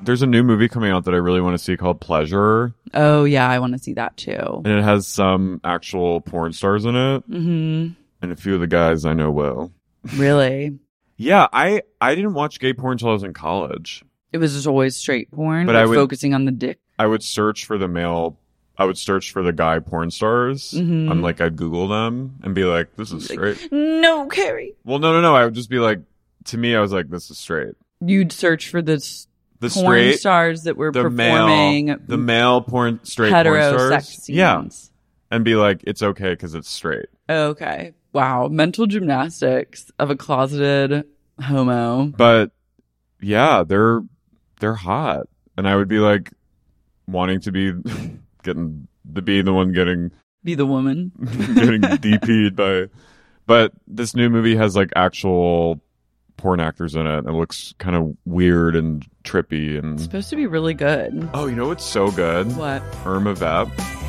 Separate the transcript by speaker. Speaker 1: There's a new movie coming out that I really want to see called Pleasure,
Speaker 2: Oh yeah, I want to see that too.
Speaker 1: and it has some actual porn stars in it,
Speaker 2: hmm
Speaker 1: and a few of the guys I know well.
Speaker 2: Really,
Speaker 1: Yeah, I I didn't watch gay porn until I was in college.
Speaker 2: it was just always straight porn,
Speaker 1: But
Speaker 2: but
Speaker 1: I would-
Speaker 2: focusing on the dick.
Speaker 1: I would search for the male. I would search for the guy porn stars.
Speaker 2: Mhm.
Speaker 1: I'm like, I'd Google them and be like, "This is
Speaker 2: Like-
Speaker 1: straight."
Speaker 2: Mm-hmm. No, Carrie.
Speaker 1: Well, no, no, no. I would just be like, to me, I was like, "This is straight."
Speaker 2: You'd search for the s-
Speaker 1: The
Speaker 2: porn
Speaker 1: straight,
Speaker 2: stars that were
Speaker 1: the
Speaker 2: performing
Speaker 1: male, the male porn straight porn
Speaker 2: hetero
Speaker 1: stars.
Speaker 2: sex scenes.
Speaker 1: Yeah, and be like, "It's okay because it's straight."
Speaker 2: Okay. Wow. Mental gymnastics of a closeted homo.
Speaker 1: But yeah, they're they're hot, and I would be like wanting to be getting to be the one getting
Speaker 2: Be the woman.
Speaker 1: getting DP'd by. But this new movie has like actual porn actors in it. and It looks kind of weird and trippy.
Speaker 2: It's
Speaker 1: And
Speaker 2: supposed to be really good.
Speaker 1: oh, you know what's so good?
Speaker 2: What?
Speaker 1: Irma Vep.